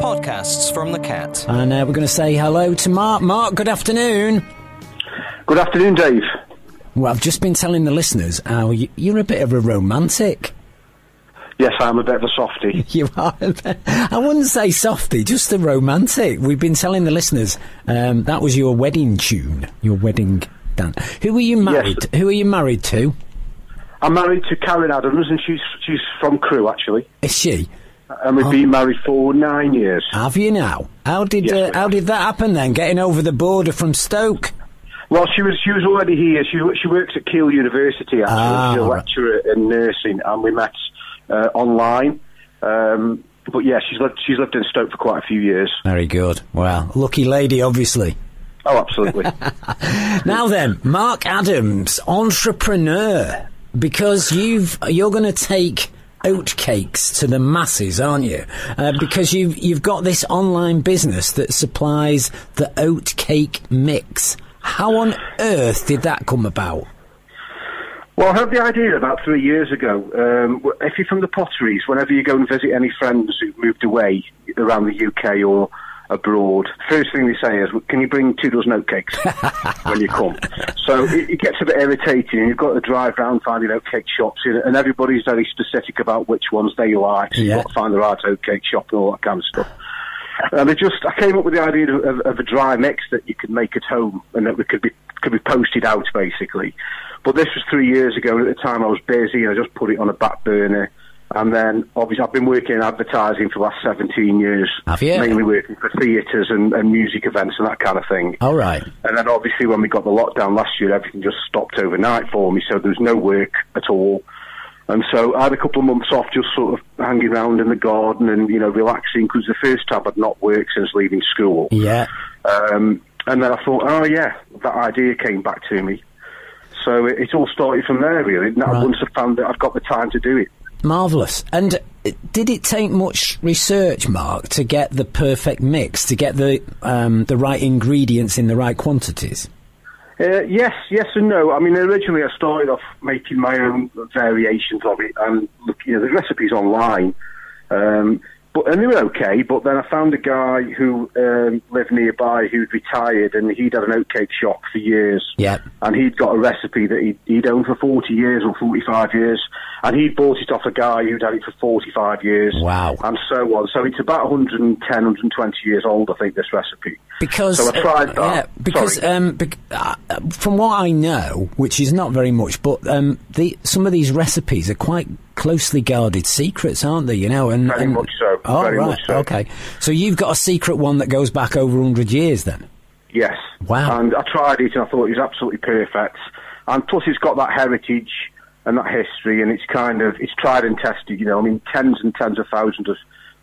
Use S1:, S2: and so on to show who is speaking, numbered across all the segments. S1: Podcasts from the Cat.
S2: And uh, we're going to say hello to Mark. Mark, good afternoon.
S3: Good afternoon, Dave.
S2: Well, I've just been telling the listeners how y- you're a bit of a romantic.
S3: Yes, I'm a bit of a softy.
S2: You are. a bit- I wouldn't say softy, just a romantic. We've been telling the listeners um, that was your wedding tune, your wedding dance. Who are you married? Who are you married to?
S3: I'm married to Karen Adams, and she's she's from Crewe actually,
S2: Is she?
S3: and we've
S2: Oh.
S3: been married for nine years.
S2: Have you now? How did
S3: Yes, we
S2: uh, how
S3: have.
S2: did that happen then? Getting over the border from Stoke.
S3: Well, she was she was already here. She wo- she works at Keele University actually.
S2: Ah,
S3: she's a
S2: right.
S3: lecturer in nursing, and we met uh, online. Um, but yeah, she's lived she's lived in Stoke for quite a few years.
S2: Very good. Well, lucky lady, obviously.
S3: Oh, absolutely.
S2: Now then, Mark Adams, entrepreneur, because you've you're going to take oatcakes to the masses, aren't you? Uh, because you've you've got this online business that supplies the oatcake mix. How on earth did that come about?
S3: Well, I had the idea about three years ago. Um, w- if you're from the potteries, whenever you go and visit any friends who've moved away around the UK or abroad, first thing they say is, "Well, "Can you bring two dozen oatcakes when you come?" So it, it gets a bit irritating. You've got to drive round finding oatcake shops, you know, and everybody's very specific about which ones they like. So
S2: Yeah.
S3: You've got to find the right oatcake shop and all that kind of stuff. And I just I came up with the idea of, of, of a dry mix that you could make at home and that we could be could be posted out basically. But this was three years ago, and at the time I was busy, and I just put it on a back burner. And then, obviously, I've been working in advertising for the last 17 years,
S2: Have you?
S3: mainly working for theatres and, and music events and that kind of thing.
S2: All right.
S3: And then obviously when we got the lockdown last year, everything just stopped overnight for me, so there was no work at all. And so I had a couple of months off just sort of hanging around in the garden and, you know, relaxing because the first time I'd not worked since leaving school.
S2: Yeah.
S3: Um, and then I thought, oh yeah, that idea came back to me. So it, it all started from there really. Now,
S2: Right.
S3: Once I found that I've got the time to do it.
S2: Marvellous. And uh, did it take much research, Mark, to get the perfect mix, to get the um, the right ingredients in the right quantities?
S3: Uh, yes, yes and no. I mean, originally I started off making my own variations of it and looking at the recipes online. Um, but and they were okay. But then I found a guy who um, lived nearby who'd retired and he'd had an oatcake shop for years.
S2: Yeah.
S3: And he'd got a recipe that he'd, he'd owned for 40 years or 45 years, and he'd bought it off a guy who'd had it for 45 years.
S2: Wow.
S3: And so on. So it's about 110, 120 years old, I think, this recipe.
S2: Because uh,
S3: So I tried that.
S2: yeah, because
S3: Sorry.
S2: um, bec- uh, uh, from what I know, which is not very much, but um, the, some of these recipes are quite closely guarded secrets, aren't they? You know, and
S3: Very
S2: and-
S3: much so,
S2: Oh,
S3: very
S2: right,
S3: much so.
S2: okay. So you've got a secret one that goes back over hundred years, then?
S3: Yes.
S2: Wow.
S3: And I tried it and I thought it was absolutely perfect. And plus, it's got that heritage and that history, and it's kind of it's tried and tested. You know, I mean, tens and tens of thousands of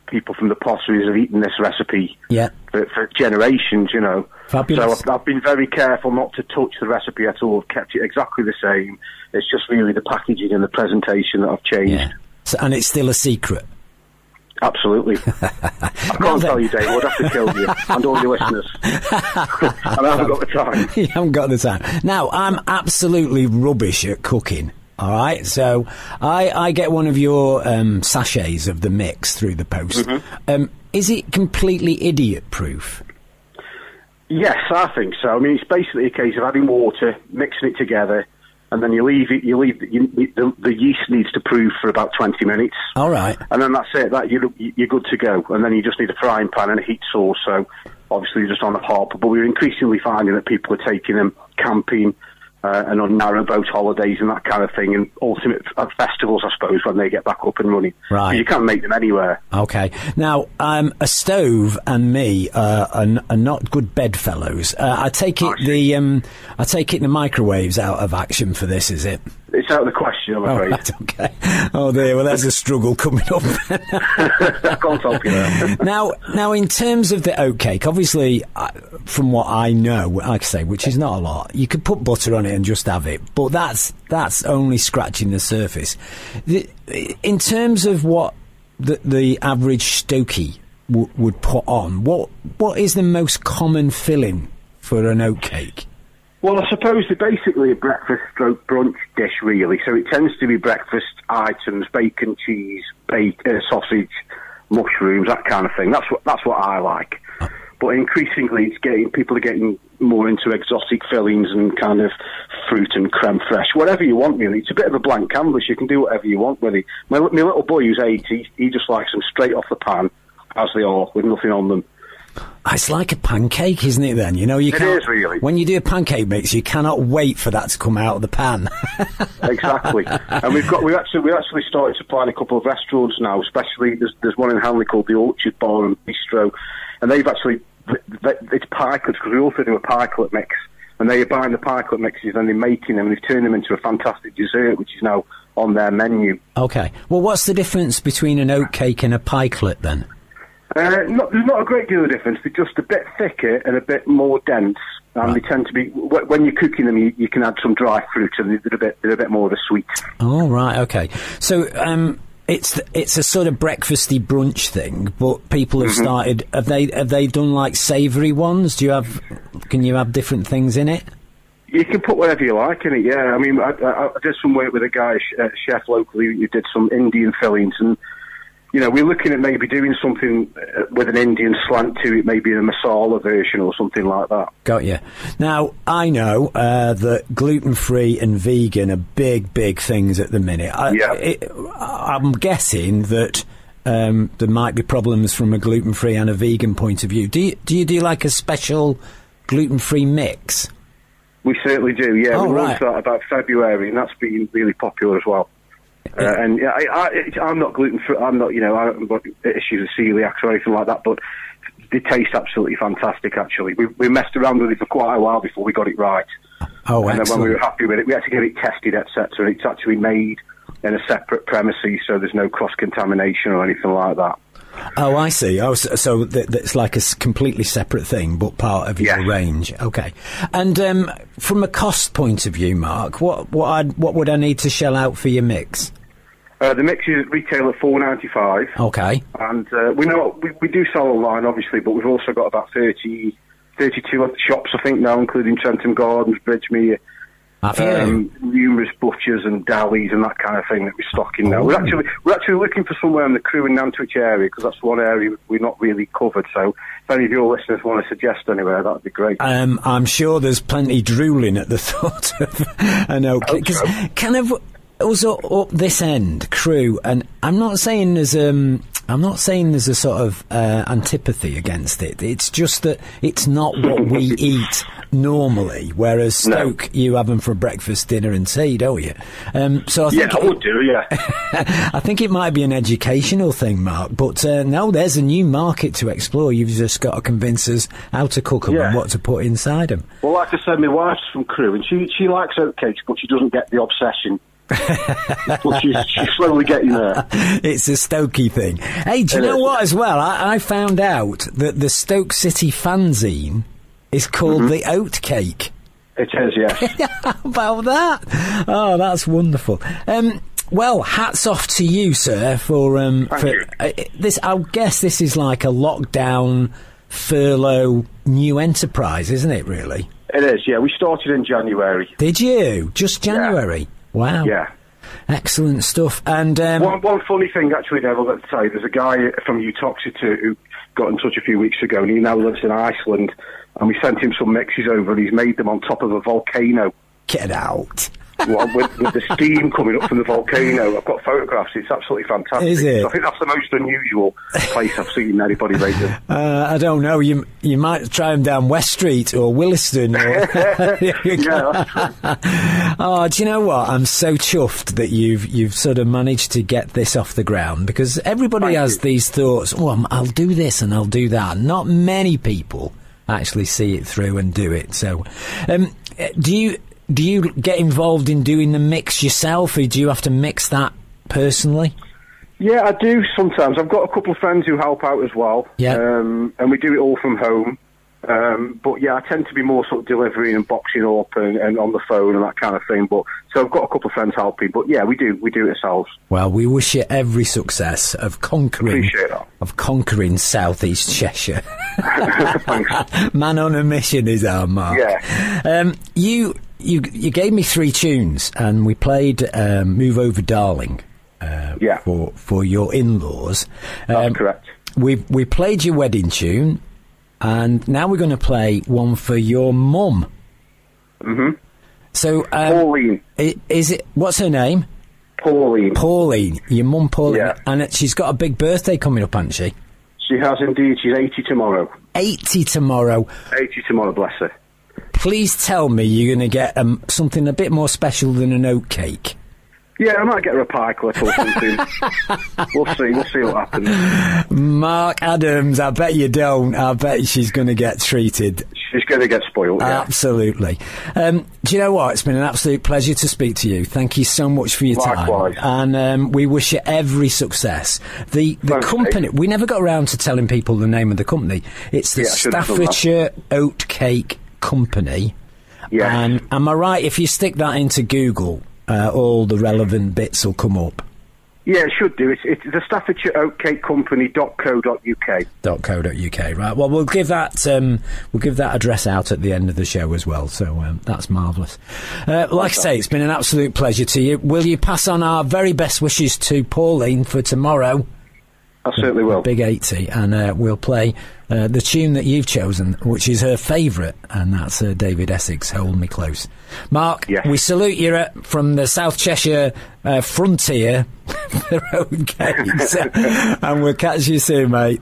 S3: people from the potteries have eaten this recipe
S2: Yeah.
S3: for, for generations. You know.
S2: Fabulous.
S3: So I've, I've been very careful not to touch the recipe at all. I've kept it exactly the same. It's just really the packaging and the presentation that I've changed.
S2: Yeah. So, and it's still a secret.
S3: Absolutely. I can't tell you, Dave. I'd have to kill you and all your listeners. and I haven't got the time.
S2: you haven't got the time. Now, I'm absolutely rubbish at cooking. All right, so I, I get one of your um, sachets of the mix through the post. Um, is it completely idiot proof?
S3: Yes, I think so. I mean, it's basically a case of adding water, mixing it together, and then you leave it. You leave you, the, the yeast needs to proof for about twenty minutes,
S2: All right,
S3: and then that's it. That you you're good to go. And then you just need a frying pan and a heat source. So obviously you're just on a hob. But we're increasingly finding that people are taking them camping uh, and on narrow boat holidays and that kind of thing, and ultimate at festivals, I suppose, when they get back up and running.
S2: Right.
S3: You can make them anywhere.
S2: okay. Now, um, a stove and me uh, are, n- are not good bedfellows. Uh, I take it the um, I take it the microwave's out of action for this, is it?
S3: It's out of the question, I'm
S2: All
S3: afraid.
S2: right, okay. Oh dear, well, there's a struggle coming up.
S3: I can't help you there.
S2: now, now, in terms of the oatcake, obviously, I- from what I know, like I say, which is not a lot, you could put butter on it and just have it, but that's that's only scratching the surface. The, in terms of what the, the average Stokey w- would put on, what what is the most common filling for an oatcake?
S3: Well, I suppose they're basically a breakfast stroke brunch dish, really. So it tends to be breakfast items, bacon, cheese, bacon, uh, sausage, mushrooms, that kind of thing. That's what that's what I like. But increasingly, it's getting people are getting more into exotic fillings and kind of fruit and creme fraiche, whatever you want. Really, it's a bit of a blank canvas. You can do whatever you want with it. My, my little boy, who's eight, he, he just likes them straight off the pan, as they are, with nothing on them.
S2: Ah, It's like a pancake, isn't it? Then you know you
S3: It
S2: can't.
S3: is, really.
S2: When you do a pancake mix, you cannot wait for that to come out of the pan.
S3: exactly. And we've got we actually we actually started supplying a couple of restaurants now. Especially there's there's one in Hanley called the Orchard Bar and Bistro, and they've actually they, it's pikelets because we also do a pikelet mix, and they are buying the pikelet mixes and they're making them and they've turned them into a fantastic dessert, which is now on their menu.
S2: okay. Well, what's the difference between an oat cake and a pikelet then?
S3: Uh, not, there's not a great deal of difference. They're just a bit thicker and a bit more dense, and they tend to be wh- when you're cooking them, you, you can add some dry fruit, and they're a bit they're a bit more of a sweet.
S2: Oh right, okay. So um, it's th- it's a sort of breakfasty brunch thing, but people have started. Have they have they done like savoury ones? Do you have? Can you have different things in it?
S3: You can put whatever you like in it, yeah. I mean, I, I, I did some work with a guy, sh- uh, chef locally, who did some Indian fillings, and you know, we're looking at maybe doing something uh, with an Indian slant to it, maybe a masala version or something like that.
S2: Got you. Now I know uh, that gluten free and vegan are big, big things at the minute. I,
S3: Yeah.
S2: it, I'm guessing that um, there might be problems from a gluten free and a vegan point of view. Do you do you do like a special gluten free mix?
S3: We certainly do, yeah.
S2: Oh,
S3: we launched
S2: right.
S3: that about February, and that's been really popular as well. Uh, and yeah, I, I, it, I'm not gluten free. I'm not, you know, I haven't got issues with celiac or anything like that. But they taste absolutely fantastic. Actually, we, we messed around with it for quite a while before we got it right.
S2: Oh,
S3: and then when
S2: excellent.
S3: we were happy with it, we had to get it tested, etc. It's actually made in a separate premises, so there's no cross contamination or anything like that.
S2: Oh, I see. Oh, so, so th- th- it's like a s- completely separate thing, but part of your
S3: Yes.
S2: range. Okay. And um, from a cost point of view, Mark, what what I'd, what would I need to shell out for your mix?
S3: Uh, the mix is retail at four ninety five,
S2: Okay.
S3: and uh, we know we, we do sell online, obviously, but we've also got about 30, 32 shops, I think now, including Trenton Gardens, Bridgemere,
S2: Have you?
S3: um, numerous butchers and dallies and that kind of thing that we're stocking now. We're
S2: Oh.
S3: actually we're actually looking for somewhere in the crew and Nantwich area because that's one area we're not really covered. So if any of your listeners want to suggest anywhere, that'd be great.
S2: Um, I'm sure there's plenty drooling at the thought of an oak because kind of also up this end crew, and I'm not saying there's um, I'm not saying there's a sort of uh, antipathy against it. It's just that it's not what we eat normally. Whereas
S3: No.
S2: Stoke, you have them for breakfast, dinner, and tea, don't you? Um, so I
S3: yeah,
S2: think
S3: I would do. Yeah.
S2: I think it might be an educational thing, Mark. But uh, no, there's a new market to explore. You've just got to convince us how to cook them
S3: Yeah.
S2: and what to put inside them.
S3: Well, like I said, my wife's from Crewe, and she she likes oatcakes, but she doesn't get the obsession. but she's, she's slowly getting there.
S2: it's a Stokey thing. Hey, do you
S3: It
S2: know
S3: is.
S2: what? As well, I, I found out that the Stoke City fanzine is called
S3: Mm-hmm.
S2: the Oat Cake.
S3: It is, yes.
S2: How about that? Oh, that's wonderful. Um, well, hats off to you, sir, for um,
S3: Thank
S2: for
S3: you.
S2: Uh, this. I guess this is like a lockdown furlough new enterprise, isn't it? Really?
S3: It is, yeah. We started in January.
S2: Did you just January? Wow.
S3: Yeah.
S2: Excellent stuff. And um,
S3: One, one funny thing, actually, Dave, I've got to tell you, there's a guy from Utoxeter who got in touch a few weeks ago, and he now lives in Iceland. And we sent him some mixes over, and he's made them on top of a volcano
S2: get out.
S3: well, with, with the steam coming up from the volcano. I've got photographs. It's absolutely fantastic.
S2: Is it?
S3: I think that's the most unusual place I've seen anybody make them.
S2: Uh, I don't know. You you might try them down West Street or Williston. Or
S3: Yeah,
S2: oh, do you know what? I'm so chuffed that you've you've sort of managed to get this off the ground because everybody
S3: Thank
S2: has
S3: you.
S2: these thoughts. Oh, I'm- I'll do this and I'll do that. Not many people actually see it through and do it. So, um, eh, do you do you get involved in doing the mix yourself, or do you have to mix that personally?
S3: Yeah, I do sometimes. I've got a couple of friends who help out as well.
S2: Yeah.
S3: Um, and we do it all from home. Um, but yeah, I tend to be more sort of delivering and boxing up and, and on the phone and that kind of thing. But so I've got a couple of friends helping. But yeah, we do we do it ourselves.
S2: Well, we wish you every success of conquering
S3: Appreciate that.
S2: of conquering southeast Cheshire.
S3: Thanks.
S2: Man on a mission is our mark.
S3: Yeah.
S2: Um, you you you gave me three tunes and we played um, "Move Over, Darling." Uh,
S3: Yeah.
S2: For for your in-laws. Uh, Um,
S3: That's correct.
S2: we we played your wedding tune, and now we're going to play one for your mum. Mm-hmm.
S3: Mm-hmm.
S2: So, um,
S3: Pauline.
S2: i- is it what's her name?
S3: Pauline.
S2: Pauline. Your mum, Pauline,
S3: Yeah.
S2: and it- she's got a big birthday coming up, hasn't she?
S3: She has indeed. She's 80 tomorrow.
S2: Eighty tomorrow.
S3: 80 tomorrow, bless her.
S2: Please tell me you're going to get um, something a bit more special than an oat cake.
S3: Yeah, I might get her a pie clip or something. we'll see. We'll see what happens.
S2: Mark Adams, I bet you don't. I bet she's going to get treated.
S3: She's going to get spoiled.
S2: Uh,
S3: Yeah.
S2: Absolutely. Um, do you know what? It's been an absolute pleasure to speak to you. Thank you so much for your
S3: Likewise.
S2: time. And um, we wish you every success. The the
S3: Thanks,
S2: company, we never got around to telling people the name of the company. It's the
S3: Yeah, I should have done that.
S2: Staffordshire Oatcake Company.
S3: yeah.
S2: And Um, am I right? If you stick that into Google, uh, all the relevant bits will come up.
S3: yeah, it should do. It's, it's the Staffordshire Oatcake Company dot co dot uk.
S2: .co.uk, right? Well, we'll give that um, we'll give that address out at the end of the show as well. So um, that's marvellous. Uh, like I say, it's been an absolute pleasure to you. Will you pass on our very best wishes to Pauline for tomorrow,
S3: I certainly will.
S2: Big Eighty, and uh, we'll play uh, the tune that you've chosen, which is her favourite, and that's uh, David Essex, "Hold Me Close." Mark,
S3: Yes.
S2: we salute you uh, from the South Cheshire uh, frontier, the road gates, and we'll catch you soon, mate.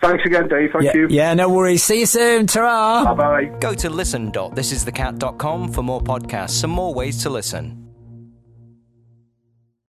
S3: Thanks again, Dave. Thank
S2: Yeah,
S3: you.
S2: yeah, no worries. See you soon. Ta-ra.
S3: Bye bye.
S1: Go to listen.thisisthecat.com for more podcasts and more ways to listen.